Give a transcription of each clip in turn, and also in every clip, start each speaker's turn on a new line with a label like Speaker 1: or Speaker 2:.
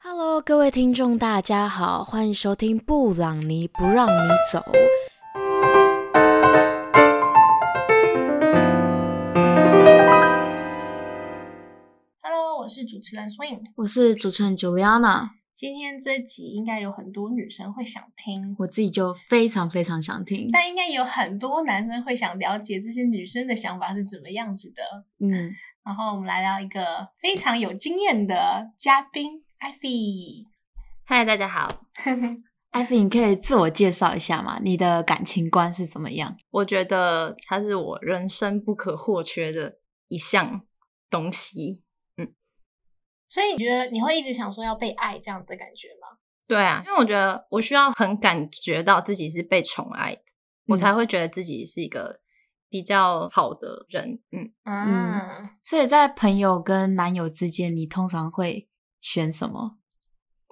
Speaker 1: Hello，各位听众，大家好，欢迎收听《布朗尼不让你走》。
Speaker 2: Hello，我是主持人 Swing。
Speaker 1: 我是主持人 Juliana，
Speaker 2: 今天这集应该有很多女生会想听，
Speaker 1: 我自己就非常非常想听。
Speaker 2: 但应该有很多男生会想了解这些女生的想法是怎么样子的。
Speaker 1: 嗯，
Speaker 2: 然后我们来到一个非常有经验的嘉宾 Ivy。
Speaker 3: 嗨，大 家好。
Speaker 1: 艾菲，你可以自我介绍一下吗？你的感情观是怎么样？
Speaker 3: 我觉得它是我人生不可或缺的一项东西。嗯
Speaker 2: 所以你觉得你会一直想说要被爱这样子的感觉吗？
Speaker 3: 对啊，因为我觉得我需要很感觉到自己是被宠爱的，我
Speaker 2: 嗯
Speaker 3: 才会觉得自己是一个比较好的人。嗯，
Speaker 2: 嗯，
Speaker 1: 所以在朋友跟男友之间，你通常会选什么？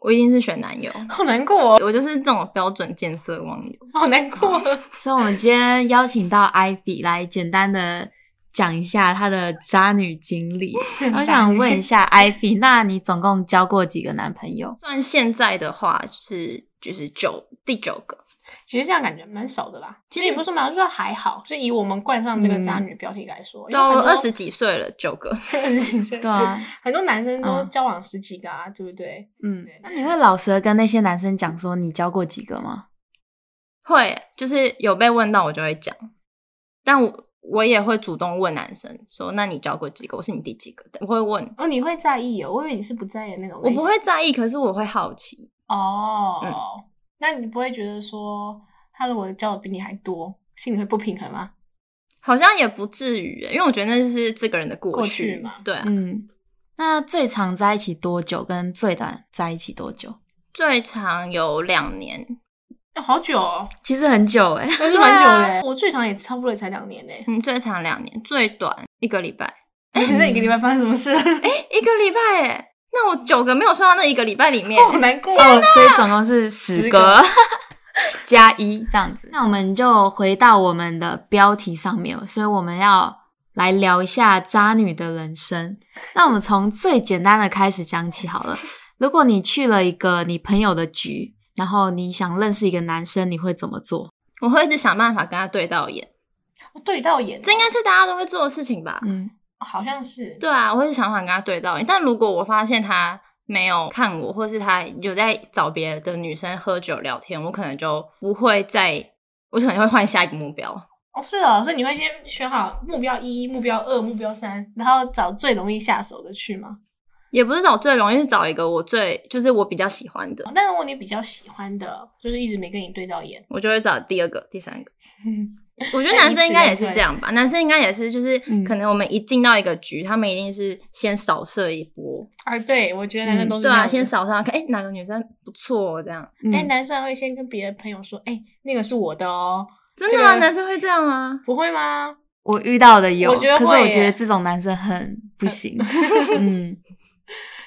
Speaker 3: 我一定是选男友，
Speaker 2: 好难过、哦，
Speaker 3: 我就是这种标准见色忘友。
Speaker 2: 好难 过。哦
Speaker 1: 所以，我们今天邀请到 Ivy 来简单的讲一下她的渣女经历。我想问一下 Ivy，那你总共交过几个男朋友？
Speaker 3: 算现在的话，就是就是九第九个，
Speaker 2: 其实这样感觉蛮少的啦。其实也不是蛮，就是还好，是以我们冠上这个
Speaker 3: 嗯
Speaker 2: 渣女标题来说，因为
Speaker 3: 到
Speaker 2: 很多
Speaker 3: 啊二十几岁了，九 个。
Speaker 2: 二十几岁，
Speaker 1: 对啊，
Speaker 2: 很多男生都
Speaker 1: 嗯
Speaker 2: 交往十几个啊，对不对？
Speaker 1: 嗯
Speaker 2: 对，
Speaker 1: 那你会老实的跟那些男生讲说你交过几个吗？
Speaker 3: 会，就是有被问到我就会讲，但我我也会主动问男生说：“那你交过几个？我是你第几个？”我会问，
Speaker 2: 哦，你会在意哦？我以为你是不在意的那种
Speaker 3: 我
Speaker 2: 类型。
Speaker 3: 不会在意，可是我会好奇。
Speaker 2: 哦。那你不会觉得说他如果交的比你还多，心里会不平衡吗？
Speaker 3: 好像也不至于欸，因为我觉得那是这个人的过去
Speaker 2: 过去嘛
Speaker 3: 对啊，
Speaker 1: 嗯，那最长在一起多久？跟最短在一起多久？
Speaker 3: 最长有两年，
Speaker 2: 哦、好久哦，
Speaker 1: 其实很久哎、
Speaker 2: 那是蛮久的欸。我最长也差不多也才两年呢。
Speaker 3: 嗯，最长两年，最短一个礼拜，
Speaker 2: 而且那一个礼拜发生什么 事？哎、
Speaker 3: 一个礼拜哎，那我九个没有算到那一个礼拜里面，欸
Speaker 2: 好难过。
Speaker 1: 哦，所以总共是十
Speaker 2: 十
Speaker 1: 个
Speaker 2: 个
Speaker 1: 加一这样子。那我们就回到我们的标题上面，所以我们要来聊一下渣女的人生。那我们从最简单的开始讲起好了。如果你去了一个你朋友的局，然后你想认识一个男生，你会怎么做？
Speaker 3: 我会一直想办法跟他对到眼，
Speaker 2: 我哦对到眼了，哦
Speaker 3: 这应该是大家都会做的事情吧？
Speaker 1: 嗯，
Speaker 2: 好像是。
Speaker 3: 对啊，我会想法跟他对到眼，但如果我发现他没有看我，或是他有在找别的女生喝酒聊天，我可能就不会再，我可能会换下一个目标。
Speaker 2: 哦，是哦，所以你会先选好目标一、目标二、目标三，然后找最容易下手的去吗？
Speaker 3: 也不是找最容易，是找一个我最就是我比较喜欢的，
Speaker 2: 那如果你比较喜欢的，就是一直没跟你对到眼，
Speaker 3: 我就会找第二个、第三 个。
Speaker 2: 嗯
Speaker 3: 我觉得男生应该也是这样吧，男生应该也是，就是
Speaker 1: 嗯
Speaker 3: 可能我们一进到一个局，他们一定是先扫射一波，
Speaker 2: 啊，对，我觉得男生都是
Speaker 3: 对
Speaker 2: 这
Speaker 3: 啊，
Speaker 2: 样子
Speaker 3: 先扫射，看哎、哪个女生不错哦这样，
Speaker 1: 嗯
Speaker 2: 哎、男生还会先跟别的朋友说，哎、那个是我的哦，
Speaker 3: 真的吗？
Speaker 2: 这个
Speaker 3: 男生会这样吗？
Speaker 2: 不会吗？
Speaker 1: 我遇到的有，
Speaker 2: 我觉得
Speaker 1: 可是
Speaker 2: 会
Speaker 1: 我觉得
Speaker 2: 耶
Speaker 1: 这种男生很不行。嗯，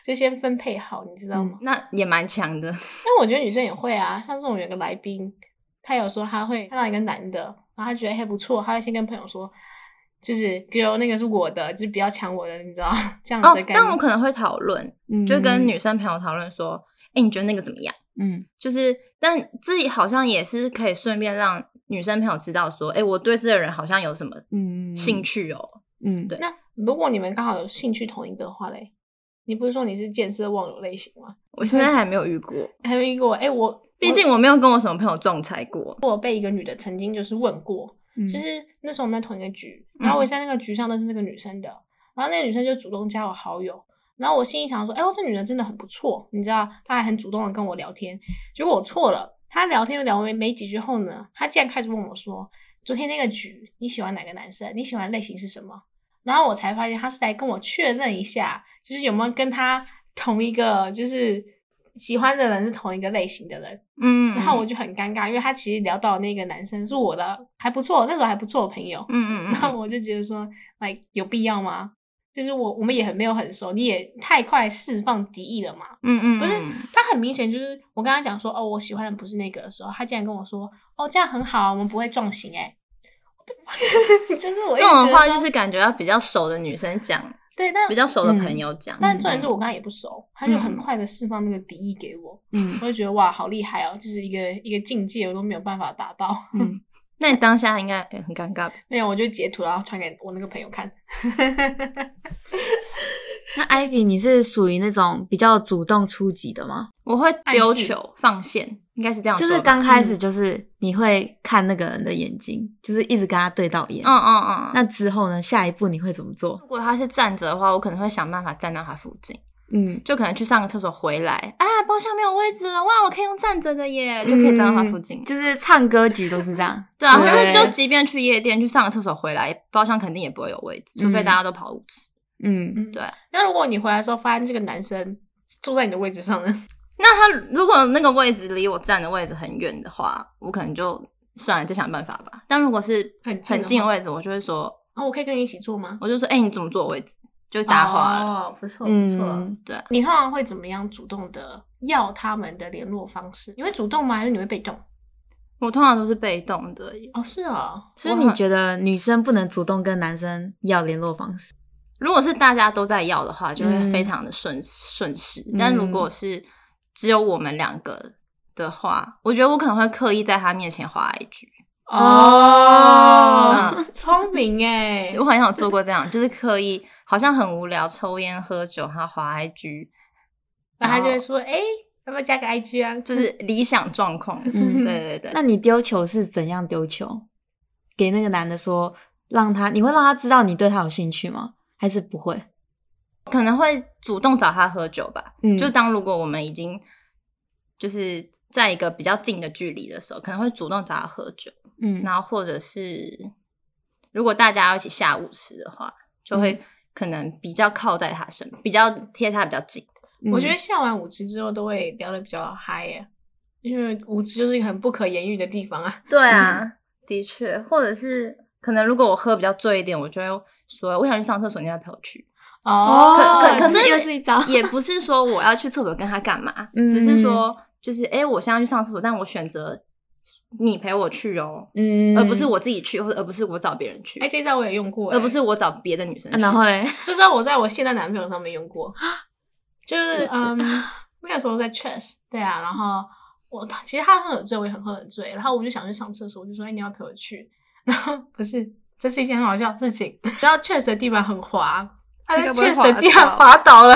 Speaker 2: 就先分配好，你知道吗？
Speaker 3: 那也蛮强的。
Speaker 2: 但我觉得女生也会啊，像是我们有个来宾，他有时候他会看到一个男的，然后他觉得还哎不错，他会先跟朋友说，就是 girl 那个是我的，就是不要抢我的，你知道 这样子
Speaker 3: 哦
Speaker 2: 的，感觉。
Speaker 3: 但我可能会讨论，
Speaker 1: 嗯
Speaker 3: 就跟女生朋友讨论说，哎、你觉得那个怎么样？
Speaker 1: 嗯
Speaker 3: 就是，但自己好像也是可以顺便让女生朋友知道说，哎、我对这个人好像有什么
Speaker 1: 嗯
Speaker 3: 兴，趣哦。
Speaker 1: 嗯
Speaker 3: 对
Speaker 2: 那如果你们刚好有兴趣同一个的话嘞，你不是说你是见色忘友类型吗？
Speaker 3: 我现在还没有遇过，
Speaker 2: 还没遇过，哎、我
Speaker 3: 毕竟我没有跟我什么朋友撞彩过。
Speaker 2: 曾经就是问过，
Speaker 1: 嗯
Speaker 2: 就是那时候我们在同一个局，
Speaker 3: 嗯
Speaker 2: 然后我也在那个局上认识这个女生的，然后那个女生就主动加我好友，然后我心里想说，哎、呦，这女人真的很不错，你知道，她还很主动的跟我聊天，结果我错了，她聊天聊没没几句后呢，她竟然开始问我说，昨天那个局你喜欢哪个男生？你喜欢类型是什么？然后我才发现她是来跟我确认一下，就是有没有跟她同一个，就是喜欢的人是同一个类型的人。
Speaker 3: 嗯，
Speaker 2: 然后我就很尴尬，因为他其实聊到那个男生是我的还不错，那时候还不错的朋友，
Speaker 3: 嗯，嗯
Speaker 2: 然
Speaker 3: 嗯嗯，
Speaker 2: 后我就觉得说，来有必要吗？就是我我们也很没有很熟，你也太快释放敌意了嘛。
Speaker 3: 嗯嗯，
Speaker 2: 不是
Speaker 3: 嗯
Speaker 2: 他很明显就是我跟他讲说，哦，我喜欢的不是那个的时候，他竟然跟我说，哦，这样很好啊，我们不会撞型哎、欸。我的妈呀 就是我一直
Speaker 3: 这
Speaker 2: 觉
Speaker 3: 种
Speaker 2: 得
Speaker 3: 话
Speaker 2: 说
Speaker 3: 就是感觉要比较熟的女生讲，
Speaker 2: 对，但
Speaker 3: 比较嗯熟的朋友讲。
Speaker 2: 嗯但重点是我跟他也不熟，他就很快的释放那个敌意给我，
Speaker 1: 嗯
Speaker 2: 我就觉得哇，好厉害哦，就是一个一个境界，我都没有办法达到。
Speaker 1: 嗯，
Speaker 3: 那你当下应该也很尴尬吧？
Speaker 2: 没有，我就截图然后传给我那个朋友看。
Speaker 1: 那艾比，你是属于那种比较主动出击的吗？
Speaker 3: 我会
Speaker 2: 暗
Speaker 3: 丢
Speaker 2: 示
Speaker 3: 球放线，应该是这样
Speaker 1: 就
Speaker 3: 说吧。
Speaker 1: 是刚开始就是你会看那个人的眼睛，就是一直跟他对到眼。
Speaker 3: 嗯嗯嗯。
Speaker 1: 那之后呢？下一步你会怎么做？
Speaker 3: 如果他是站着的话，我可能会想办法站到他附近，
Speaker 1: 嗯，
Speaker 3: 就可能去上个厕所回来啊，包厢没有位置了，哇，我可以用站着的
Speaker 2: 嗯
Speaker 3: 耶，就可以站到他附近。
Speaker 1: 就是唱歌局都是这样。
Speaker 3: 对啊，但
Speaker 1: 对
Speaker 3: 是就即便去夜店去上个厕所回来，包厢肯定也不会有位置，除非大家都跑舞池。
Speaker 1: 嗯，
Speaker 2: 嗯
Speaker 3: 对
Speaker 2: 那如果你回来的时候发现这个男生坐在你的位置上呢？
Speaker 3: 那他如果那个位置离我站的位置很远的话，我可能就算了，再想办法吧。但如果是
Speaker 2: 很近的
Speaker 3: 很近的
Speaker 2: 话
Speaker 3: 位置，我就会说，
Speaker 2: 啊，我可以跟你一起坐吗？
Speaker 3: 我就说，哎、你怎么坐我位置？就搭话了。
Speaker 2: 哦，不错不
Speaker 1: 嗯
Speaker 2: 错。
Speaker 3: 对啊，
Speaker 2: 你通常会怎么样主动的要他们的联络方式？你会主动吗？还是你会被动？
Speaker 3: 我通常都是被动的耶。
Speaker 2: 哦，是哦，
Speaker 1: 所以你觉得女生不能主动跟男生要联络方式？
Speaker 3: 如果是大家都在要的话，就会
Speaker 1: 嗯
Speaker 3: 非常的顺顺势。
Speaker 2: 嗯
Speaker 3: 但如果是只有我们两个的话，我觉得我可能会刻意在他面前划一句。啊
Speaker 2: 哦，聪明哎，
Speaker 3: 我好像有做过这样，就是刻意好像很无聊，抽烟喝酒，然后滑 IG，
Speaker 2: 然后他就
Speaker 3: 然
Speaker 2: 会
Speaker 3: 后
Speaker 2: 说，哎，要不要加个 IG 啊？
Speaker 3: 就是理想状况。
Speaker 1: 嗯
Speaker 3: 对 对对，
Speaker 1: 那你丢球是怎样丢球？给那个男的说，让他你会让他知道你对他有兴趣吗？还是不会？
Speaker 3: 可能会主动找他喝酒吧。
Speaker 1: 嗯
Speaker 3: 就当如果我们已经就是在一个比较近的距离的时候，可能会主动找他喝酒，
Speaker 1: 嗯
Speaker 3: 然后或者是如果大家要一起下午吃的话，就
Speaker 1: 嗯
Speaker 3: 会可能比较靠在他身，比较贴他比较近。
Speaker 1: 嗯
Speaker 2: 我
Speaker 3: 嗯
Speaker 2: 觉得下完舞池之后都会聊得比较嗨耶，因为舞池就是一个很不可言喻的地方啊。
Speaker 3: 对啊， 的确，或者是可能如果我喝比较醉一点，我就会说我想去上厕所，你要不要陪我去？哦
Speaker 2: 哦
Speaker 3: 可可可是
Speaker 1: 这又是一招。
Speaker 3: 也不是说我要去厕所跟他干嘛，
Speaker 1: 嗯
Speaker 3: 只是说就是诶，我现在要去上厕所，但我选择你陪我去哦，
Speaker 1: 嗯
Speaker 3: 而不是我自己去，或者而不是我找别人去，
Speaker 2: 哎，这招我也用过耶，
Speaker 3: 而呃不是我找别的女生
Speaker 1: 啊
Speaker 3: 去。
Speaker 1: 然后嘞，
Speaker 2: 这招我在我现在男朋友上面用过，就是嗯，那个时候在 Chess，对啊，然后我其实他喝很醉，我也很喝很醉，然后我就想去上厕所，我就说，哎，你要陪我去，然后不是，这是一件很好笑的事情，然后 Chess 的地板很滑，他在
Speaker 3: 你该不会
Speaker 2: Chess 的地
Speaker 3: 滑
Speaker 2: 板
Speaker 3: 倒
Speaker 2: 滑倒了。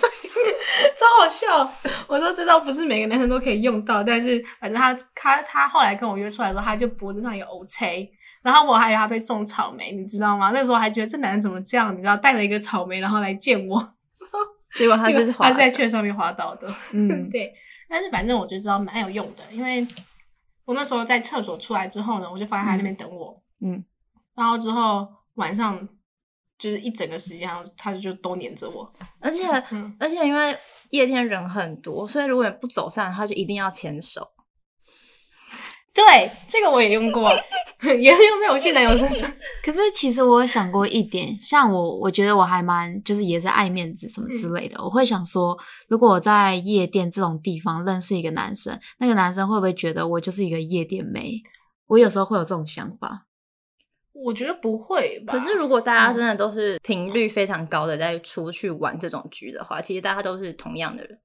Speaker 2: 对，超好笑！我说这招不是每个男生都可以用到，但是反正他他他后来跟我约出来的时候，他就脖子上有 O C，然后我还以为他被种草莓，你知道吗？那时候还觉得这男人怎么这样，你知道，带着一个草莓然后来见我，
Speaker 3: 结果他
Speaker 2: 结
Speaker 3: 就
Speaker 2: 果
Speaker 3: 是滑
Speaker 2: 他是在
Speaker 3: 的
Speaker 2: 券上面滑倒的。
Speaker 1: 嗯，
Speaker 2: 对，但是反正我觉得这招蛮有用的，因为我那时候在厕所出来之后呢，我就发现他在那边等我，
Speaker 1: 嗯嗯，
Speaker 2: 然后之后晚上就是一整个时间，他就就都黏着我，
Speaker 3: 而且
Speaker 2: 嗯，
Speaker 3: 而且因为夜店人很多，所以如果你不走散，他就一定要牵手。
Speaker 2: 对，这个我也用过， 也是用在我现男友身上，
Speaker 1: 可是其实我有想过一点，像我，我觉得我还蛮就是也是爱面子什么之类的。我会想说，如果我在夜店这种地方认识一个男生，那个男生会不会觉得我就是一个夜店妹？我有时候会有这种想法。
Speaker 2: 我觉得不会吧？
Speaker 3: 可是如果大
Speaker 1: 嗯
Speaker 3: 家真的都是频率非常高的在出去玩这种局的话，其实大家都是同样的人，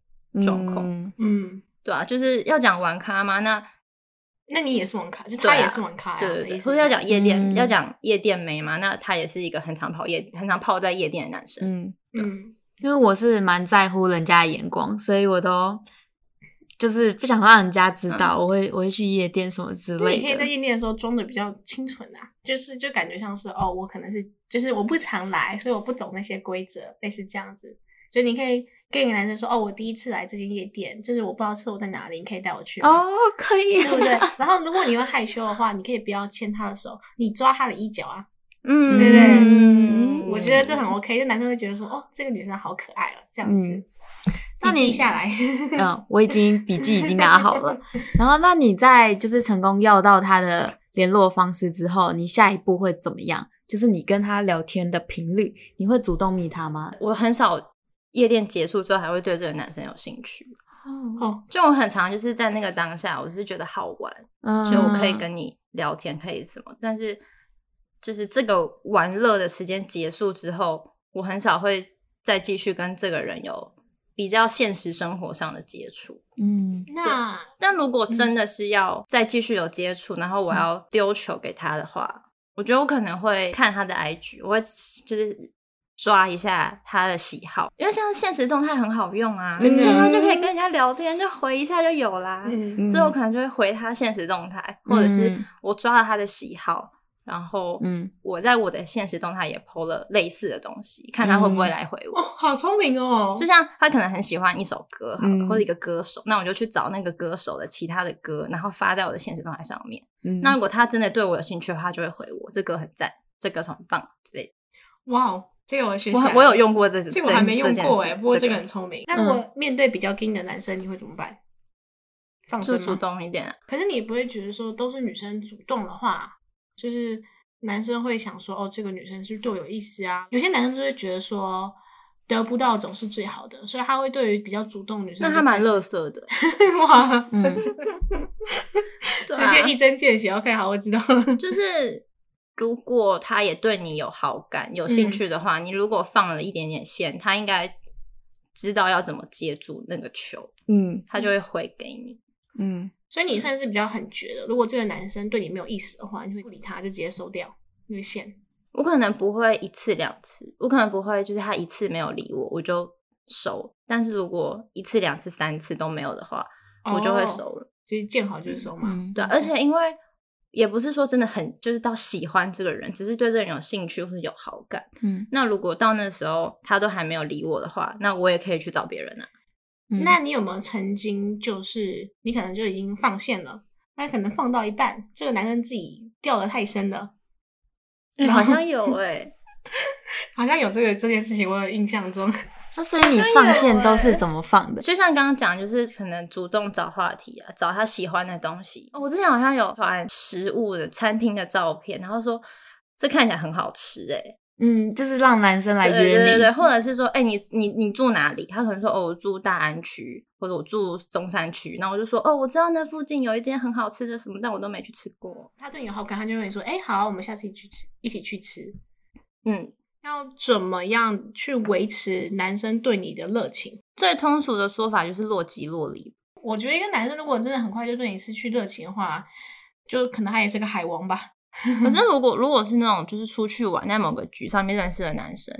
Speaker 3: 状况
Speaker 1: 嗯
Speaker 2: 嗯，
Speaker 3: 对啊，就是要讲玩咖吗？那
Speaker 2: 那你也是网咖，就
Speaker 3: 对
Speaker 2: 他
Speaker 3: 啊
Speaker 2: 也是网咖呀、
Speaker 3: 对对对，
Speaker 2: 意思
Speaker 3: 所以
Speaker 2: 是
Speaker 3: 要讲夜店，
Speaker 1: 嗯
Speaker 3: 要讲夜店妹嘛，那他也是一个很常跑夜、很常泡在夜店的男生。
Speaker 1: 嗯，
Speaker 2: 嗯，
Speaker 1: 因为我是蛮在乎人家的眼光，所以我都就是不想让人家知道，我会我会去夜店什么之
Speaker 2: 那
Speaker 1: 类
Speaker 2: 你可以在
Speaker 1: 的。
Speaker 2: 夜店的时候装的比较清纯啊，就是就感觉像是哦，我可能是就是我不常来，所以我不懂那些规则，类似这样子。就你可以跟一个男生说哦，我第一次来这间夜店，就是我不知道厕所在哪里，你可以带我去吗
Speaker 1: 哦，可以
Speaker 2: 对，不对？然后如果你又害羞的话，你可以不要牵他的手，你抓他的衣角啊，
Speaker 3: 嗯
Speaker 2: 对不对
Speaker 1: 嗯
Speaker 2: 我觉得这很 OK，就男生会觉得说哦，这个女生好可爱了，这样子。
Speaker 1: 嗯
Speaker 2: 那
Speaker 1: 那
Speaker 2: 你
Speaker 1: 你
Speaker 2: 记下来，
Speaker 1: 嗯，我已经笔记已经拿好 了。然后，那你在就是成功要到他的联络方式之后，你下一步会怎么样？就是你跟他聊天的频率，你会主动密他吗？
Speaker 3: 我很少夜店结束之后还会对这个男生有兴趣。
Speaker 1: 哦，
Speaker 2: 哦，
Speaker 3: 就我很常就是在那个当下，我是觉得好玩，所
Speaker 1: 嗯
Speaker 3: 以我可以跟你聊天，可以什么。但是就是这个玩乐的时间结束之后，我很少会再继续跟这个人有比较现实生活上的接触。
Speaker 1: 嗯，
Speaker 2: 那
Speaker 3: 但如果真的是要再继续有接触，然
Speaker 1: 嗯
Speaker 3: 后我要丢球给他的话，我觉得我可能会看他的 IG，我会就是抓一下他的喜好，因为像现实动态很好用啊，所
Speaker 1: 真的嗯
Speaker 3: 以他就可以跟人家聊天，就回一下就有啦。
Speaker 2: 嗯，
Speaker 3: 所以我可能就会回他现实动态，或者是
Speaker 1: 嗯
Speaker 3: 我抓了他的喜好，然后
Speaker 1: 嗯
Speaker 3: 我在我的现实动态也 PO 了类似的东西，看他会不会
Speaker 1: 嗯
Speaker 3: 来回我。
Speaker 2: 哦，好聪明哦，
Speaker 3: 就像他可能很喜欢一首歌好了，
Speaker 1: 嗯
Speaker 3: 或者一个歌手，那我就去找那个歌手的其他的歌，然后发在我的现实动态上面。
Speaker 1: 嗯，
Speaker 3: 那如果他真的对我有兴趣的话，他就会回我这歌很赞，这歌手很棒之类的。
Speaker 2: 哇哦，这个我学起
Speaker 3: 我
Speaker 2: 来了
Speaker 3: 我有用过这
Speaker 2: 这个我还没用过
Speaker 3: 哎、
Speaker 2: 哎，不过
Speaker 3: 这
Speaker 2: 这
Speaker 3: 个
Speaker 2: 个很聪明。那如果面对比较硬的男生，你会怎么办？放
Speaker 3: 就
Speaker 2: 生
Speaker 3: 主
Speaker 2: 吗？
Speaker 3: 动一点啊、
Speaker 2: 可是你不会觉得说都是女生主动的话，就是男生会想说哦，这个女生是不是对我有意思啊？有些男生就会觉得说得不到总是最好的，所以他会对于比较主动的女生
Speaker 3: 那
Speaker 2: 就
Speaker 3: 他蛮
Speaker 2: 开始
Speaker 3: 乐色的，
Speaker 2: 哇，
Speaker 1: 嗯
Speaker 3: 对
Speaker 2: 直
Speaker 3: 啊
Speaker 2: 接一针见血。OK，好，我知道了。
Speaker 3: 就是如果他也对你有好感、有
Speaker 2: 嗯
Speaker 3: 兴趣的话，你如果放了一点点线，他应该知道要怎么接住那个球，
Speaker 1: 嗯
Speaker 3: 他就会回给你。
Speaker 1: 嗯，
Speaker 2: 所以你算是比较很绝的。如果这个男生对你没有意思的话，你会不理他，就直接收掉那个线。
Speaker 3: 我可能不会一次两次，我可能不会就是他一次没有理我，我就收。但是如果一次两次三次都没有的话，我就会
Speaker 2: 哦
Speaker 3: 收了。
Speaker 2: 就是见好就是收嘛。
Speaker 1: 嗯
Speaker 3: 对啊、而且因为也不是说真的很就是到喜欢这个人，只是对这个人有兴趣或者有好感。
Speaker 1: 嗯，
Speaker 3: 那如果到那时候他都还没有理我的话，那我也可以去找别人啊。
Speaker 1: 嗯
Speaker 2: 那你有没有曾经就是你可能就已经放线了，但可能放到一半，这个男生自己掉的太深了，
Speaker 3: 嗯
Speaker 2: 然后
Speaker 3: 好像有哎、
Speaker 2: 好像有这个这件事情，我有印象中。
Speaker 1: 那所以你放线都是怎么放的？
Speaker 3: 就像刚刚讲，就是可能主动找话题啊，找他喜欢的东西。哦我之前好像有传食物的餐厅的照片，然后说这看起来很好吃哎、
Speaker 1: 嗯，就是让男生来约
Speaker 3: 对
Speaker 1: 你，
Speaker 3: 对对对，或者是说，哎、你你你住哪里？他可能说，哦，我住大安区，或者我住中山区。然后我就说，哦，我知道那附近有一间很好吃的什么，但我都没去吃过。
Speaker 2: 他对你有好感，他就会说：“哎、好啊，我们下次一起去吃，一起去吃。
Speaker 3: 嗯，”
Speaker 2: 要怎么样去维持男生对你的热情？
Speaker 3: 最通俗的说法就是若即若离。
Speaker 2: 我觉得一个男生如果真的很快就对你失去热情的话，就可能他也是个海王吧。
Speaker 3: 可是如果如果是那种就是出去玩，在某个局上面认识的男生，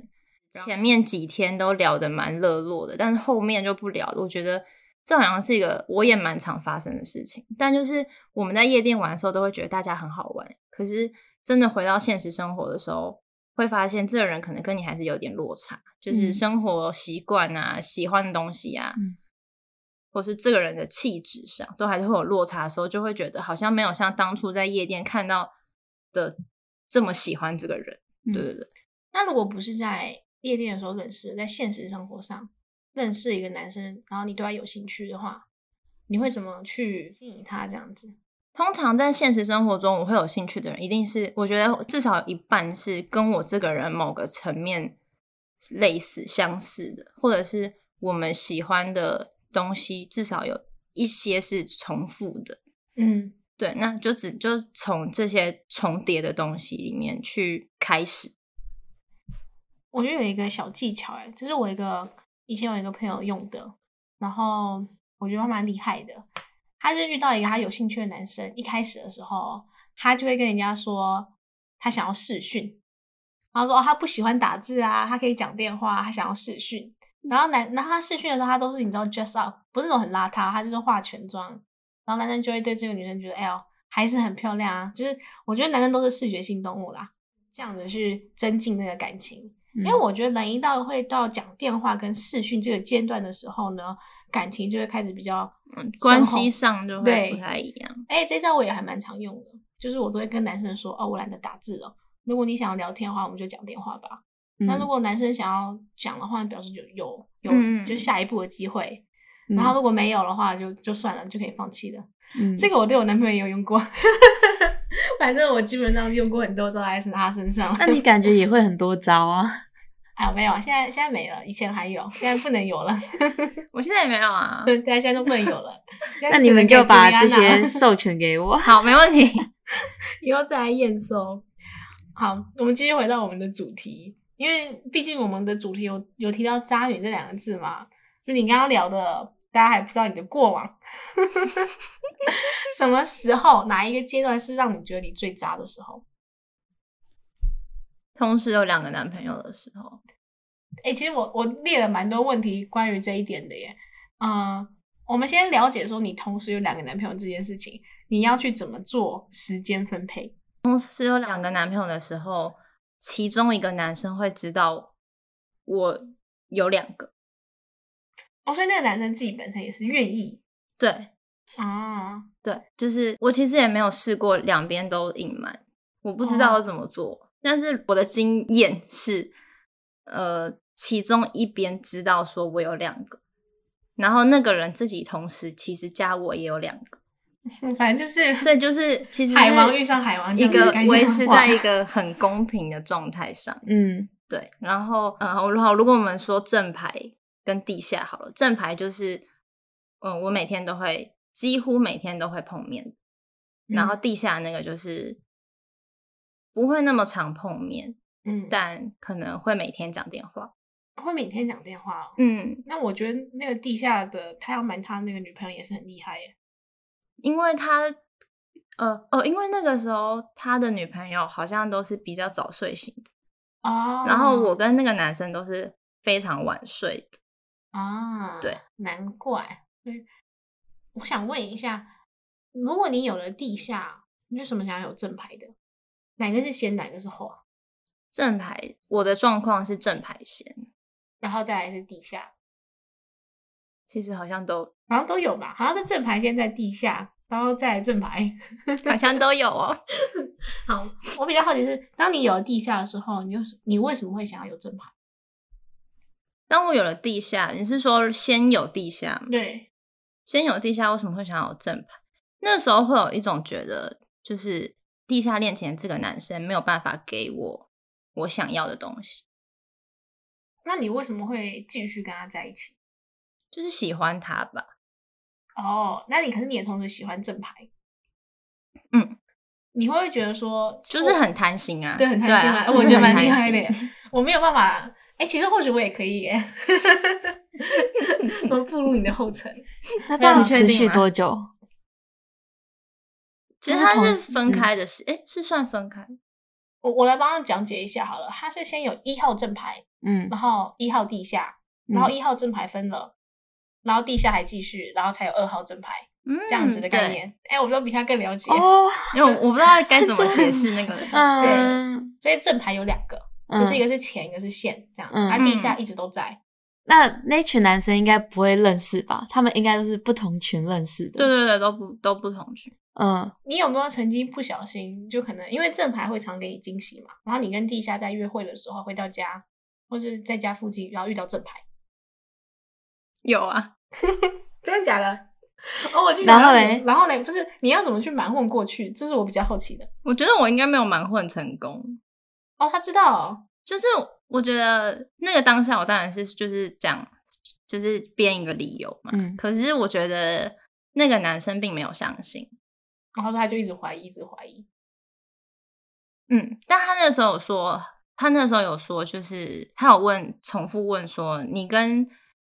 Speaker 3: 前面几天都聊得蛮热络的，但是后面就不聊了。我觉得这好像是一个我也蛮常发生的事情。但就是我们在夜店玩的时候，都会觉得大家很好玩，可是真的回到现实生活的时候，会发现这个人可能跟你还是有点落差，就是
Speaker 1: 嗯
Speaker 3: 生活习惯啊、喜欢的东西啊，
Speaker 1: 嗯
Speaker 3: 或是这个人的气质上，都还是会有落差的时候，就会觉得好像没有像当初在夜店看到的这么喜欢这个人。
Speaker 1: 嗯
Speaker 3: 对对对，
Speaker 2: 那如果不是在夜店的时候认识，在现实生活上认识一个男生，然后你对他有兴趣的话，你会怎么去吸引他这样子？
Speaker 3: 通常在现实生活中，我会有兴趣的人，一定是我觉得至少一半是跟我这个人某个层面类似、相似的，或者是我们喜欢的东西，至少有一些是重复的。
Speaker 2: 嗯，
Speaker 3: 对，那就只就从这些重叠的东西里面去开始。
Speaker 2: 我觉得有一个小技巧、欸，哎，这是我一个以前有一个朋友用的，然后我觉得他蛮厉害的。他是遇到一个他有兴趣的男生，一开始的时候，他就会跟人家说他想要视讯，然后说哦他不喜欢打字啊，他可以讲电话，他想要视讯。然后男，然后他视讯的时候，他都是你知道 dress up，不是那种很邋遢，他就是化全妆。然后男生就会对这个女生觉得，哎呦，还是很漂亮啊。就是我觉得男生都是视觉性动物啦，这样子去增进那个感情。
Speaker 1: 因
Speaker 2: 因
Speaker 3: 嗯
Speaker 2: 为我觉得人一到会到讲电话跟视讯这个阶段的时候呢，感情就会开始比较
Speaker 3: 嗯，关
Speaker 2: 深厚
Speaker 3: 系上就会
Speaker 2: 对
Speaker 3: 不太一样。
Speaker 2: 哎、这招我也还蛮常用的，就是我都会跟男生说，哦，我懒得打字了。如果你想要聊天的话，我们就讲电话吧。
Speaker 1: 嗯
Speaker 2: 那如果男生想要讲的话，表示就有有
Speaker 3: 嗯
Speaker 2: 就下一步的机会。然后如果没有的话，就就算了，就可以放弃
Speaker 3: 嗯
Speaker 2: 了。这
Speaker 1: 个，
Speaker 2: 个我对我男朋友也有用过， 反正我基本上用过很多招来在他身上。
Speaker 1: 那你感觉也会很多招 啊？
Speaker 2: 哎，没 有，啊，现在现在没了，以前还有，现在不能有了。，
Speaker 3: 我现在也没有啊
Speaker 2: 嗯大家现在都不能有了。
Speaker 1: 那你们就把这 些
Speaker 2: 现在只能给朱莉安娜
Speaker 1: 授权给我。
Speaker 3: 好，没问题。
Speaker 2: 以后再来验收。好，我们继续回到我们的主题，因为毕竟我们的主题有有提到“渣女”这两个字嘛，就你刚刚聊的，大家还不知道你的过往， 什么时候哪一个阶段是让你觉得你最渣的时候？
Speaker 3: 同时有两个男朋友的时候，
Speaker 2: 哎、其实我我列了蛮多问题关于这一点的耶。嗯，我们先了解说你同时有两个男朋友这件事情，你要去怎么做时间分配？
Speaker 3: 同时有两个男朋友的时候，其中一个男生会知道我有两个，
Speaker 2: 哦，所以那个男生自己本身也是愿意
Speaker 3: 对
Speaker 2: 啊，
Speaker 3: 对，就是我其实也没有试过两边都隐瞒，我不知道要怎
Speaker 2: 哦
Speaker 3: 么做，但是我的经验是，呃，其中一边知道说我有两个，然后那个人自己同时其实加我也有两个。
Speaker 2: 嗯反正就是
Speaker 3: 所以就是其实
Speaker 2: 海
Speaker 3: 是
Speaker 2: 王遇上海王这
Speaker 3: 一
Speaker 2: 样子
Speaker 3: 个
Speaker 2: 的概念
Speaker 3: 维持
Speaker 2: 哇
Speaker 3: 在一个很公平的状态上。
Speaker 1: 嗯，
Speaker 3: 对，然后呃，然后如果我们说正牌跟地下好了，正牌就是嗯、呃我每天都会几乎每天都会碰面，然后地下那个就是不会那么常碰面，
Speaker 2: 嗯，
Speaker 3: 但可能会每天讲电话。
Speaker 2: 会每天讲电话、哦。
Speaker 3: 嗯，
Speaker 2: 那我觉得那个地下的他要瞒他那个女朋友也是很厉害耶。
Speaker 3: 因为他。呃哦，因为那个时候他的女朋友好像都是比较早睡型的。
Speaker 2: 啊
Speaker 3: 哦然后我跟那个男生都是非常晚睡的。
Speaker 2: 啊，
Speaker 3: 对，
Speaker 2: 难怪。对，我想问一下，如果你有了地下，你为什么想要有正牌的？哪个是先，哪个是后啊？
Speaker 3: 正牌，我的状况是正牌先，
Speaker 2: 然后再来是地下，
Speaker 3: 其实好像都
Speaker 2: 好像都有吧？好像是正牌先在地下，然后再来正牌。
Speaker 3: 好像都有哦。
Speaker 2: 好，我比较好奇是，当你有了地下的时候，你又是你为什么会想要有正牌？
Speaker 3: 当我有了地下，你是说先有地下吗？
Speaker 2: 对，
Speaker 3: 先有地下，为什么会想要有正牌？那时候会有一种觉得，就是地下恋情的这个男生没有办法给我我想要的东西，
Speaker 2: 那你为什么会继续跟他在一起？
Speaker 3: 就是喜欢他吧。
Speaker 2: 哦，那你可是你也同时喜欢正牌，
Speaker 3: 嗯，
Speaker 2: 你会不会觉得说
Speaker 3: 就是
Speaker 2: 我
Speaker 3: 很贪心啊，
Speaker 2: 对很贪心
Speaker 3: 啊
Speaker 2: 嘛，
Speaker 3: 就是
Speaker 2: 我觉得
Speaker 3: 很
Speaker 2: 蛮
Speaker 3: 贪
Speaker 2: 厉害
Speaker 3: 心
Speaker 2: 的耶， 我没有办法，哎、其实或许我也可以耶， 我步入你的后尘，
Speaker 1: 那这样
Speaker 3: 你确
Speaker 1: 持
Speaker 3: 定
Speaker 1: 续
Speaker 3: 吗
Speaker 1: 多久？
Speaker 3: 其实
Speaker 1: 就是同
Speaker 3: 它是
Speaker 1: 时
Speaker 3: 分
Speaker 1: 嗯
Speaker 3: 开的事，哎、是算分开
Speaker 2: 我我来帮他讲解一下好了，他是先有一号正牌，
Speaker 1: 嗯，
Speaker 2: 然后一号地下，然后一号正牌分了。然后地下还继续，然后才有二号正牌
Speaker 3: 嗯
Speaker 2: 这样子的概
Speaker 3: 对
Speaker 2: 念。哎、我都比他更了解，
Speaker 1: 哦，。
Speaker 3: 因为我我不知道该怎么解释 那个
Speaker 1: 嗯，
Speaker 2: 所以正牌有两个，
Speaker 1: 嗯
Speaker 2: 就是一个是前，一个是现，这样。
Speaker 1: 嗯
Speaker 2: 啊，地下一直都在，
Speaker 1: 那那群男生应该不会认识吧？他们应该都是不同群认识的。
Speaker 3: 对对对，都不都不同群。
Speaker 1: 嗯，
Speaker 2: 你有没有曾经不小心，就可能因为正牌会常给你惊喜嘛，然后你跟地下在约会的时候回到家，或是在家附近，然后遇到正牌，
Speaker 3: 有啊，
Speaker 2: 真的假的？哦，我记得。
Speaker 1: 然后嘞
Speaker 2: 然后嘞，不是你要怎么去瞒混过去？这是我比较好奇的。
Speaker 3: 我觉得我应该没有蛮混成功。
Speaker 2: 哦，他知道、哦，
Speaker 3: 就是我觉得那个当下，我当然是就是讲，就是编一个理由嘛。
Speaker 1: 嗯
Speaker 3: 可是我觉得那个男生并没有相信。
Speaker 2: 然后说他就一直怀疑，一直怀疑。
Speaker 3: 嗯，但他那时候有说，他那时候有说，就是他有问，重复问说，你跟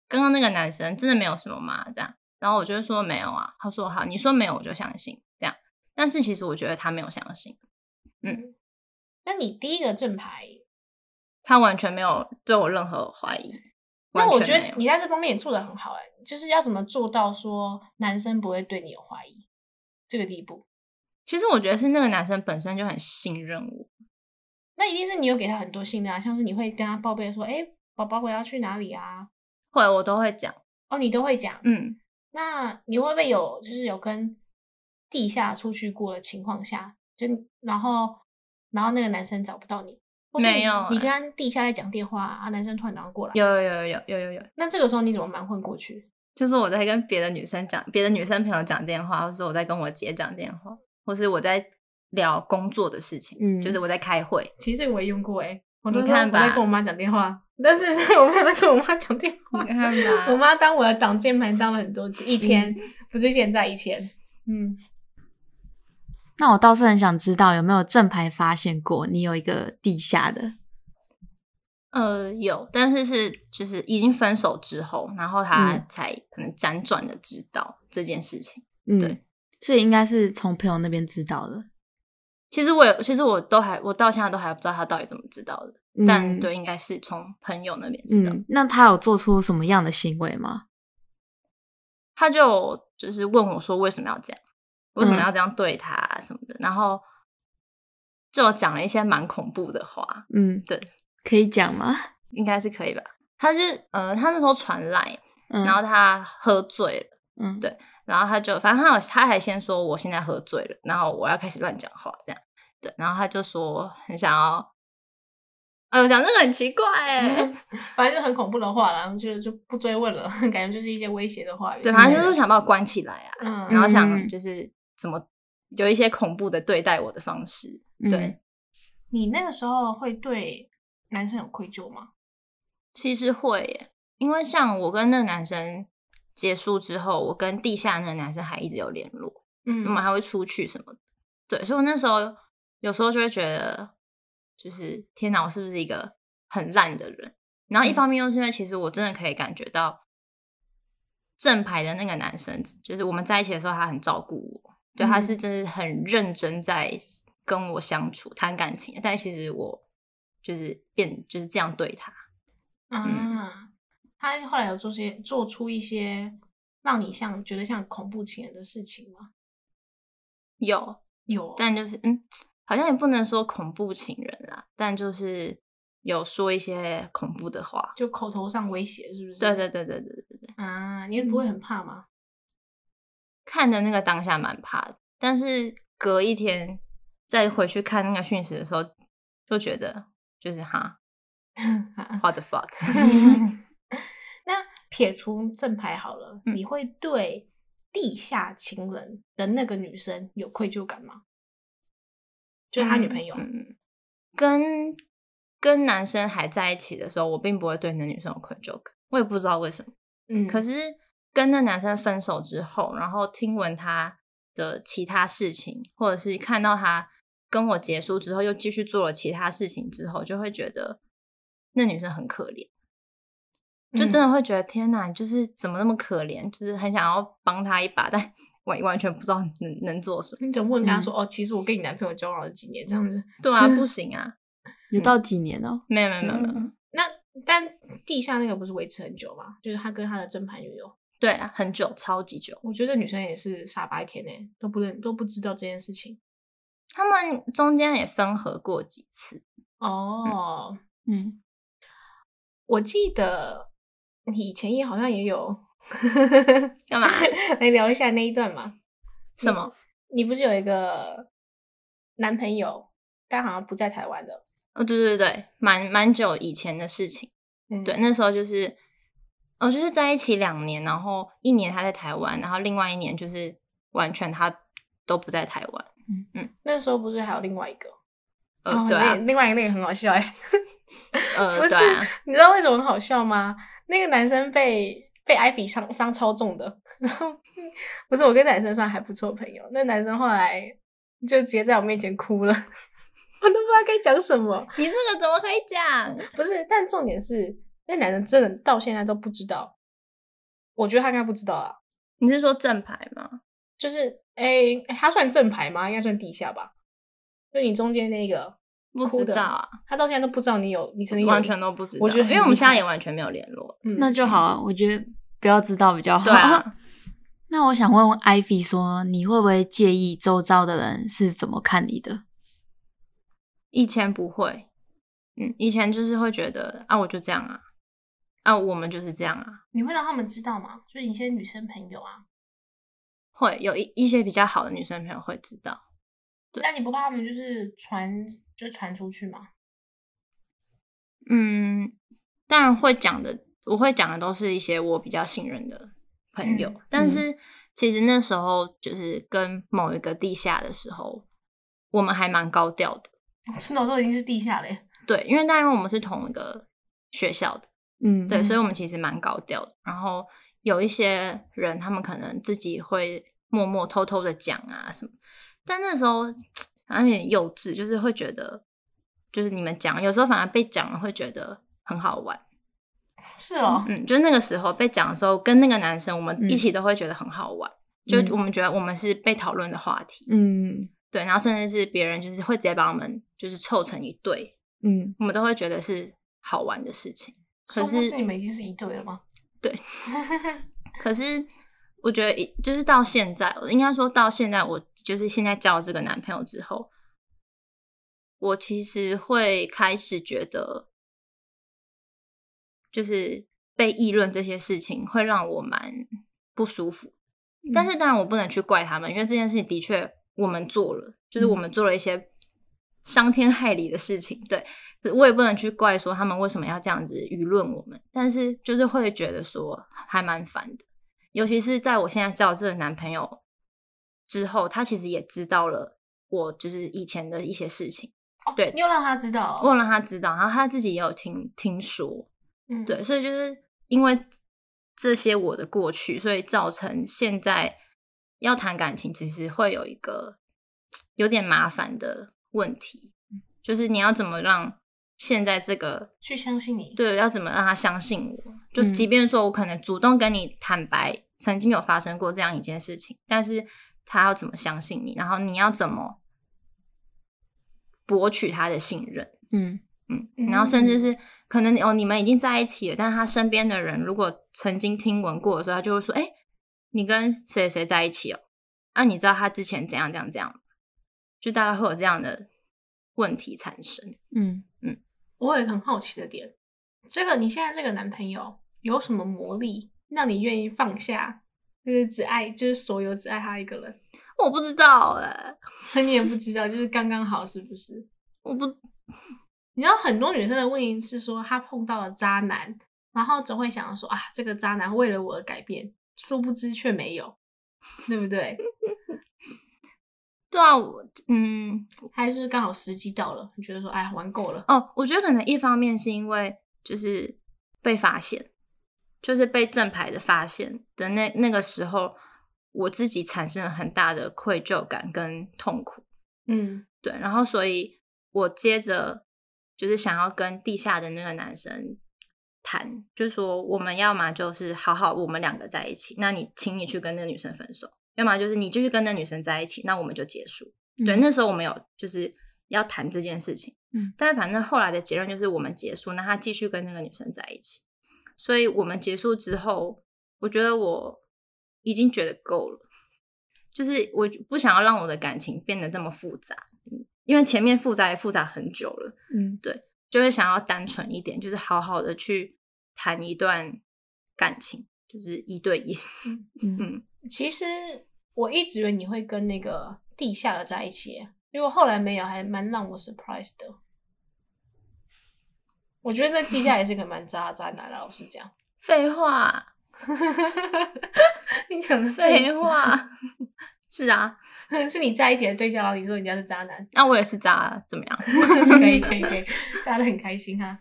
Speaker 3: 刚刚那个男生真的没有什么吗？这样，然后我就会说没有啊。他说好，你说没有我就相信这样。但是其实我觉得他没有相信，
Speaker 2: 那你第一个正牌，
Speaker 3: 他完全没有对我任何怀疑。
Speaker 2: 那
Speaker 3: 完
Speaker 2: 我
Speaker 3: 全
Speaker 2: 觉
Speaker 3: 没有
Speaker 2: 得你在这方面也做的很好哎、就是要怎么做到说男生不会对你有怀疑这个地步？
Speaker 3: 其实我觉得是那个男生本身就很信任我，
Speaker 2: 那一定是你有给他很多信任啊，像是你会跟他报备说，哎、宝宝我要去哪里啊？
Speaker 3: 会我都会讲，
Speaker 2: 哦，你都会讲。
Speaker 3: 嗯，
Speaker 2: 那你会不会有就是有跟地下出去过的情况下，就然后然后那个男生找不到你，或是
Speaker 3: 没
Speaker 2: 你
Speaker 3: 有
Speaker 2: 你
Speaker 3: 欸
Speaker 2: 跟他地下在讲电话啊，男生突然打过来，
Speaker 3: 有有有有有有有，
Speaker 2: 那这个时候你怎么蛮混过去？
Speaker 3: 就是我在跟别的女生讲，别的女生朋友讲电话，或者说我在跟我姐讲电话，或是我在聊工作的事情，
Speaker 1: 嗯
Speaker 3: 就是我在开会，
Speaker 2: 其实我也用过哎、我
Speaker 3: 你
Speaker 2: 都
Speaker 3: 看
Speaker 2: 我在
Speaker 3: 吧
Speaker 2: 跟我妈讲电话，但是 我没有在跟我妈讲电 话
Speaker 3: 你。看吧，
Speaker 2: 我妈当我的挡箭牌当了很多次，以前、不是现在，以前，嗯，
Speaker 1: 那我倒是很想知道有没有正牌发现过你有一个地下的，
Speaker 3: 呃，有，但是是就是已经分手之后，然后他
Speaker 1: 嗯
Speaker 3: 才可能辗转的知道这件事情。
Speaker 1: 嗯，
Speaker 3: 对，
Speaker 1: 所以应该是从朋友那边知道的。
Speaker 3: 其实我也，其实我都还，我到现在都还不知道他到底怎么知道的，但
Speaker 1: 嗯，
Speaker 3: 对，应该是从朋友那边知道。
Speaker 1: 嗯，那他有做出什么样的行为吗？
Speaker 3: 他就就是问我说为什么要这样，为什么
Speaker 1: 嗯
Speaker 3: 要这样对他、啊什么的，然后就讲了一些蛮恐怖的话，
Speaker 1: 嗯，
Speaker 3: 对，
Speaker 1: 可以讲吗？
Speaker 3: 应该是可以吧？他就是呃，他那时候传来，
Speaker 1: 嗯，
Speaker 3: 然后他喝醉了。
Speaker 1: 嗯，
Speaker 3: 对然后他就反正他有他还先说我现在喝醉了，然后我要开始乱讲话这样，对，然后他就说很想要，哎呦，我讲这个很奇怪哎，
Speaker 2: 反正就很恐怖的话啦，就就不追问了， 感觉就是一些威胁的话语之
Speaker 3: 对，
Speaker 2: 类的。
Speaker 3: 反正就是想把我关起来啊，
Speaker 2: 嗯，
Speaker 3: 然后
Speaker 1: 嗯
Speaker 3: 想就是怎么有一些恐怖的对待我的方式，
Speaker 1: 嗯
Speaker 3: 对，
Speaker 2: 你那个时候会对男生有愧疚吗？
Speaker 3: 其实会耶，因为像我跟那个男生结束之后，我跟地下那个男生还一直有联络，
Speaker 2: 嗯
Speaker 3: 我们还会出去什么的。对，所以我那时候有时候就会觉得，就是天哪，我是不是一个很烂的人？然后一
Speaker 2: 嗯
Speaker 3: 方面又是因为其实我真的可以感觉到，正牌的那个男生，就是我们在一起的时候，他很照顾我，对，他
Speaker 2: 嗯
Speaker 3: 是真的很认真在跟我相处、谈感情的。但其实我就是变就是这样对他，嗯
Speaker 2: 啊，他后来有做些做出一些让你像觉得像恐怖情人的事情吗？
Speaker 3: 有
Speaker 2: 有，
Speaker 3: 但就是嗯，好像也不能说恐怖情人啦，但就是有说一些恐怖的话。
Speaker 2: 就口头上威胁是不是？
Speaker 3: 对对对对对对对，嗯
Speaker 2: 啊，你不会很怕吗？
Speaker 3: 看的那个当下蛮怕的，但是隔一天再回去看那个讯息的时候，就觉得就是哈，what the fuck，
Speaker 2: 那撇除正牌好了，
Speaker 3: 嗯
Speaker 2: 你会对地下情人的那个女生有愧疚感吗？ 就是他女 朋友，
Speaker 3: 嗯跟跟男生还在一起的时候，我并不会对那女生有愧疚感，我也不知道为什么。
Speaker 2: 嗯
Speaker 3: 可是跟那男生分手之后，然后听闻他的其他事情，或者是看到他跟我结束之后又继续做了其他事情之后，就会觉得那女生很可怜，就
Speaker 2: 嗯
Speaker 3: 真的会觉得、天哪，就是怎么那么可怜，就是很想要帮他一把，但 完完全不知道能能做什么。
Speaker 2: 你怎么问
Speaker 3: 嗯
Speaker 2: 他说、哦，其实我跟你男朋友交往了几年这样子？
Speaker 3: 对啊，不行啊，
Speaker 1: 有到几年哦？
Speaker 3: 没有没有没有没有，
Speaker 2: 那但地下那个不是维持很久吗？就是他跟他的正牌女友，
Speaker 3: 对啊，很久，超级久。
Speaker 2: 我觉得女生也是傻白甜呢、都不认都不知道这件事情
Speaker 3: 他们中间也分合过几次，
Speaker 2: 哦。
Speaker 1: 嗯，
Speaker 2: 我记得你以前也好像也有
Speaker 3: 干嘛？
Speaker 2: 来聊一下那一段嘛。
Speaker 3: 什么？
Speaker 2: 你不是有一个男朋友，但好像不在台湾的，
Speaker 3: 哦，对对对，蛮蛮久以前的事情。
Speaker 2: 嗯
Speaker 3: 对，，那时候就是，哦，就是在一起两年，然后一年他在台湾，然后另外一年就是完全他都不在台湾。
Speaker 2: 那时候不是还有另外一个？
Speaker 3: 呃，
Speaker 2: 哦
Speaker 3: 对
Speaker 2: 那
Speaker 3: 啊，
Speaker 2: 另外一个那个很好笑哎、
Speaker 3: 呃，
Speaker 2: 不
Speaker 3: 对
Speaker 2: 是
Speaker 3: 啊，
Speaker 2: 你知道为什么很好笑吗？那个男生被被艾比伤伤超重的， 然后不是我跟男生算还不错朋友，那男生后来就直接在我面前哭了， 我都不知道该讲什么。
Speaker 3: 你这个怎么可以讲？
Speaker 2: 不是，但重点是那男人真的到现在都不知道，我觉得他应该不知道啦。
Speaker 3: 你是说正牌吗？
Speaker 2: 就是诶、诶他算正牌吗？应该算地下吧。就你中间那个，
Speaker 3: 不
Speaker 2: 哭
Speaker 3: 知
Speaker 2: 的
Speaker 3: 道啊，
Speaker 2: 他到现在都不知道你有，你曾经有
Speaker 3: 完全都不知道。
Speaker 2: 我觉得很
Speaker 3: 因为我们
Speaker 2: 厉
Speaker 3: 现在
Speaker 2: 害
Speaker 3: 也完全没有联 络。
Speaker 2: 嗯
Speaker 1: 那就好啊，我觉得不要知道比较好。
Speaker 3: 对啊，
Speaker 1: 那我想问问 Ivy 说，你会不会介意周遭的人是怎么看你的？
Speaker 3: 以前不会，嗯，以前就是会觉得啊，我就这样啊，啊，我们就是这样啊，
Speaker 2: 你会让他们知道吗？就是一些女生朋友啊，
Speaker 3: 会有一一些比较好的女生朋友会知道，对
Speaker 2: 那你不怕他们就是传就传出去吗？
Speaker 3: 嗯，当然会讲的，我会讲的都是一些我比较信任的朋友，
Speaker 2: 嗯
Speaker 3: 但是其实那时候就是跟某一个地下的时候，我们还蛮高调的，
Speaker 2: 村头都已经是地下嘞，
Speaker 3: 对，因为当然我们是同一个学校的，
Speaker 1: 嗯，
Speaker 3: 对，
Speaker 2: 嗯
Speaker 3: 所以我们其实蛮高调的。然后有一些人，他们可能自己会默默偷偷的讲啊什么，但那时候好像有点幼稚，就是会觉得，就是你们讲，有时候反而被讲了会觉得，很好玩。
Speaker 2: 是 哦，
Speaker 3: 嗯，就那个时候被讲的时候，跟那个男生我们一起都会觉得很好玩，
Speaker 1: 嗯
Speaker 3: 就我们觉得我们是被讨论的话题，
Speaker 1: 嗯
Speaker 3: 对，然后甚至是别人就是会直接把我们就是凑成一对，
Speaker 1: 嗯，
Speaker 3: 我们都会觉得是好玩的事情。可
Speaker 2: 殊不
Speaker 3: 是
Speaker 2: 知你们已经是一对了吗？
Speaker 3: 可是我觉得一，就是到现在，应该说到现在，我就是现在交这个男朋友之后，我其实会开始觉得，就是被议论这些事情会让我蛮不舒服。但是当然，我不能去怪他们，因为这件事情的确我们做了，就是我们做了一些伤天害理的事情。对，我也不能去怪说他们为什么要这样子舆论我们，但是就是会觉得说还蛮烦的，尤其是在我现在交这个男朋友之后，他其实也知道了我就是以前的一些事情，
Speaker 2: 哦
Speaker 3: 对
Speaker 2: 你有让他知道哦，
Speaker 3: 我让他知道，然后他自己也有听听说，
Speaker 2: 嗯，
Speaker 3: 对，所以就是因为这些我的过去，所以造成现在要谈感情，其实会有一个有点麻烦的问题，就是你要怎么让现在这个
Speaker 2: 去相信你，
Speaker 3: 对要怎么让他相信我？就
Speaker 1: 嗯
Speaker 3: 即便说我可能主动跟你坦白曾经有发生过这样一件事情，但是他要怎么相信你？然后你要怎么博取他的信任？
Speaker 1: 嗯
Speaker 3: 嗯，
Speaker 2: 嗯
Speaker 3: 然后甚至是可能哦，你们已经在一起了，但是他身边的人如果曾经听闻过的时候，他就会说：“哎、你跟谁谁在一起哦？啊，你知道他之前怎样怎样怎样吗？”就大概会有这样的问题产生。
Speaker 1: 嗯
Speaker 2: 我有一个很好奇的点，这个你现在这个男朋友有什么魔力，让你愿意放下，就是只爱，就是所有只爱他一个人？
Speaker 3: 我不知道哎、
Speaker 2: 你也不知道，就是刚刚好，是不是？
Speaker 3: 我不
Speaker 2: 你知道很多女生的问题是说，她碰到了渣男，然后总会想要说啊，这个渣男为了我而改变，殊不知却没有，对不对？
Speaker 3: 对啊，我嗯
Speaker 2: 还是刚好时机到了，你觉得说，哎，玩够了，
Speaker 3: 哦，我觉得可能一方面是因为就是被发现，就是被正牌的发现的那那个时候，我自己产生了很大的愧疚感跟痛苦。
Speaker 2: 嗯
Speaker 3: 对，然后所以我接着就是想要跟地下的那个男生谈，就说我们要么就是好好我们两个在一起，那你请你去跟那个女生分手，要么就是你继续跟那女生在一起，那我们就结束。对，那时候我们有就是要谈这件事情，
Speaker 1: 嗯，
Speaker 3: 但是反正后来的结论就是我们结束，那他继续跟那个女生在一起，所以我们结束之后，我觉得我已经觉得够了，就是我不想要让我的感情变得这么复杂，嗯因为前面复杂也复杂很久了，
Speaker 1: 嗯
Speaker 3: 就会想要单纯一点，就是好好的去谈一段感情，就是一对一，
Speaker 1: 嗯
Speaker 3: 嗯，
Speaker 2: 其实我一直以为你会跟那个地下的在一起，结果后来没有，还蛮让我 surprise 的。我觉得那地下也是个蛮渣的渣男啊，老实 讲。
Speaker 3: 废话，
Speaker 2: 你讲的
Speaker 3: 废话，是啊，
Speaker 2: 是你在一起的对象，然后你说人家是渣男，
Speaker 3: 那我也是渣啊，怎么样？
Speaker 2: 可以可以可以，渣的很开心哈。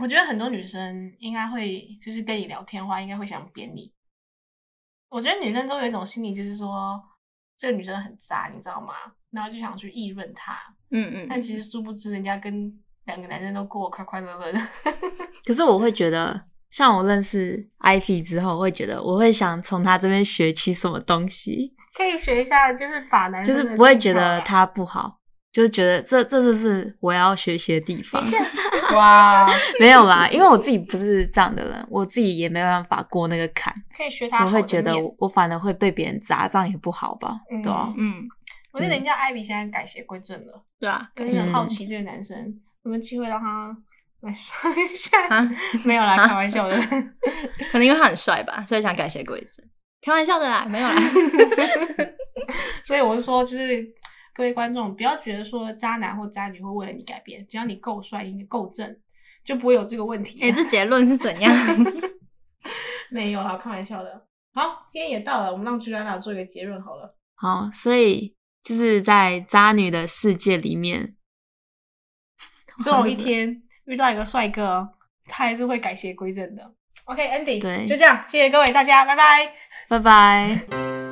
Speaker 2: 我觉得很多女生应该会，就是跟你聊天的话，应该会想扁你。我觉得女生都有一种心理，就是说这个女生很渣，你知道吗？然后就想去议论她，
Speaker 3: 嗯嗯，
Speaker 2: 但其实殊不知人家跟两个男生都过得快快乐乐的。
Speaker 1: 可是我会觉得，像我认识 Ivy 之后，我会觉得我会想从他这边学取什么东西，
Speaker 2: 可以学一下，就是把男
Speaker 1: 就
Speaker 2: 生
Speaker 1: 是
Speaker 2: 的
Speaker 1: 不会
Speaker 2: 技
Speaker 1: 觉
Speaker 2: 巧
Speaker 1: 得
Speaker 2: 啊
Speaker 1: 他不好，就是觉得这这就是我要学习的地方。
Speaker 2: 哇，
Speaker 1: 没有啦，因为我自己不是这样的人，我自己也没办法过那个坎，
Speaker 2: 可以学他好
Speaker 1: 我
Speaker 2: 的
Speaker 1: 会
Speaker 2: 面。
Speaker 1: 觉得我我反而会被别人砸，这样也不好吧？
Speaker 2: 嗯
Speaker 1: 对啊，
Speaker 3: 嗯，
Speaker 2: 我觉得人家艾比现在改邪归正了，
Speaker 3: 对啊，
Speaker 2: 但是很
Speaker 1: 嗯
Speaker 2: 好奇这个男生有没有机会让他来上一下。
Speaker 3: 啊，
Speaker 2: 没有啦，
Speaker 3: 啊
Speaker 2: 开玩笑的。
Speaker 3: 可能因为他很帅吧，所以想改邪归正。开玩笑的啦，没有啦。
Speaker 2: 所以我就说，就是各位观众，不要觉得说渣男或渣女会为了你改变，只要你够帅，你够正，就不会有这个问题。
Speaker 3: 哎、这结论是怎样？
Speaker 2: 没有啦，开玩笑的。好，今天也到了，我们让朱安娜做一个结论好了。
Speaker 1: 好，所以就是在渣女的世界里面，
Speaker 2: 总有一天遇到一个帅哥，他还是会改邪归正的。OK，Andy，、
Speaker 1: 对
Speaker 2: 就这样，谢谢各位大家，拜拜。
Speaker 1: 拜拜。